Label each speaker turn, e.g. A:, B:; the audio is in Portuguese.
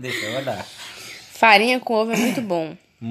A: Deixa eu rodar.
B: Farinha com ovo é muito bom.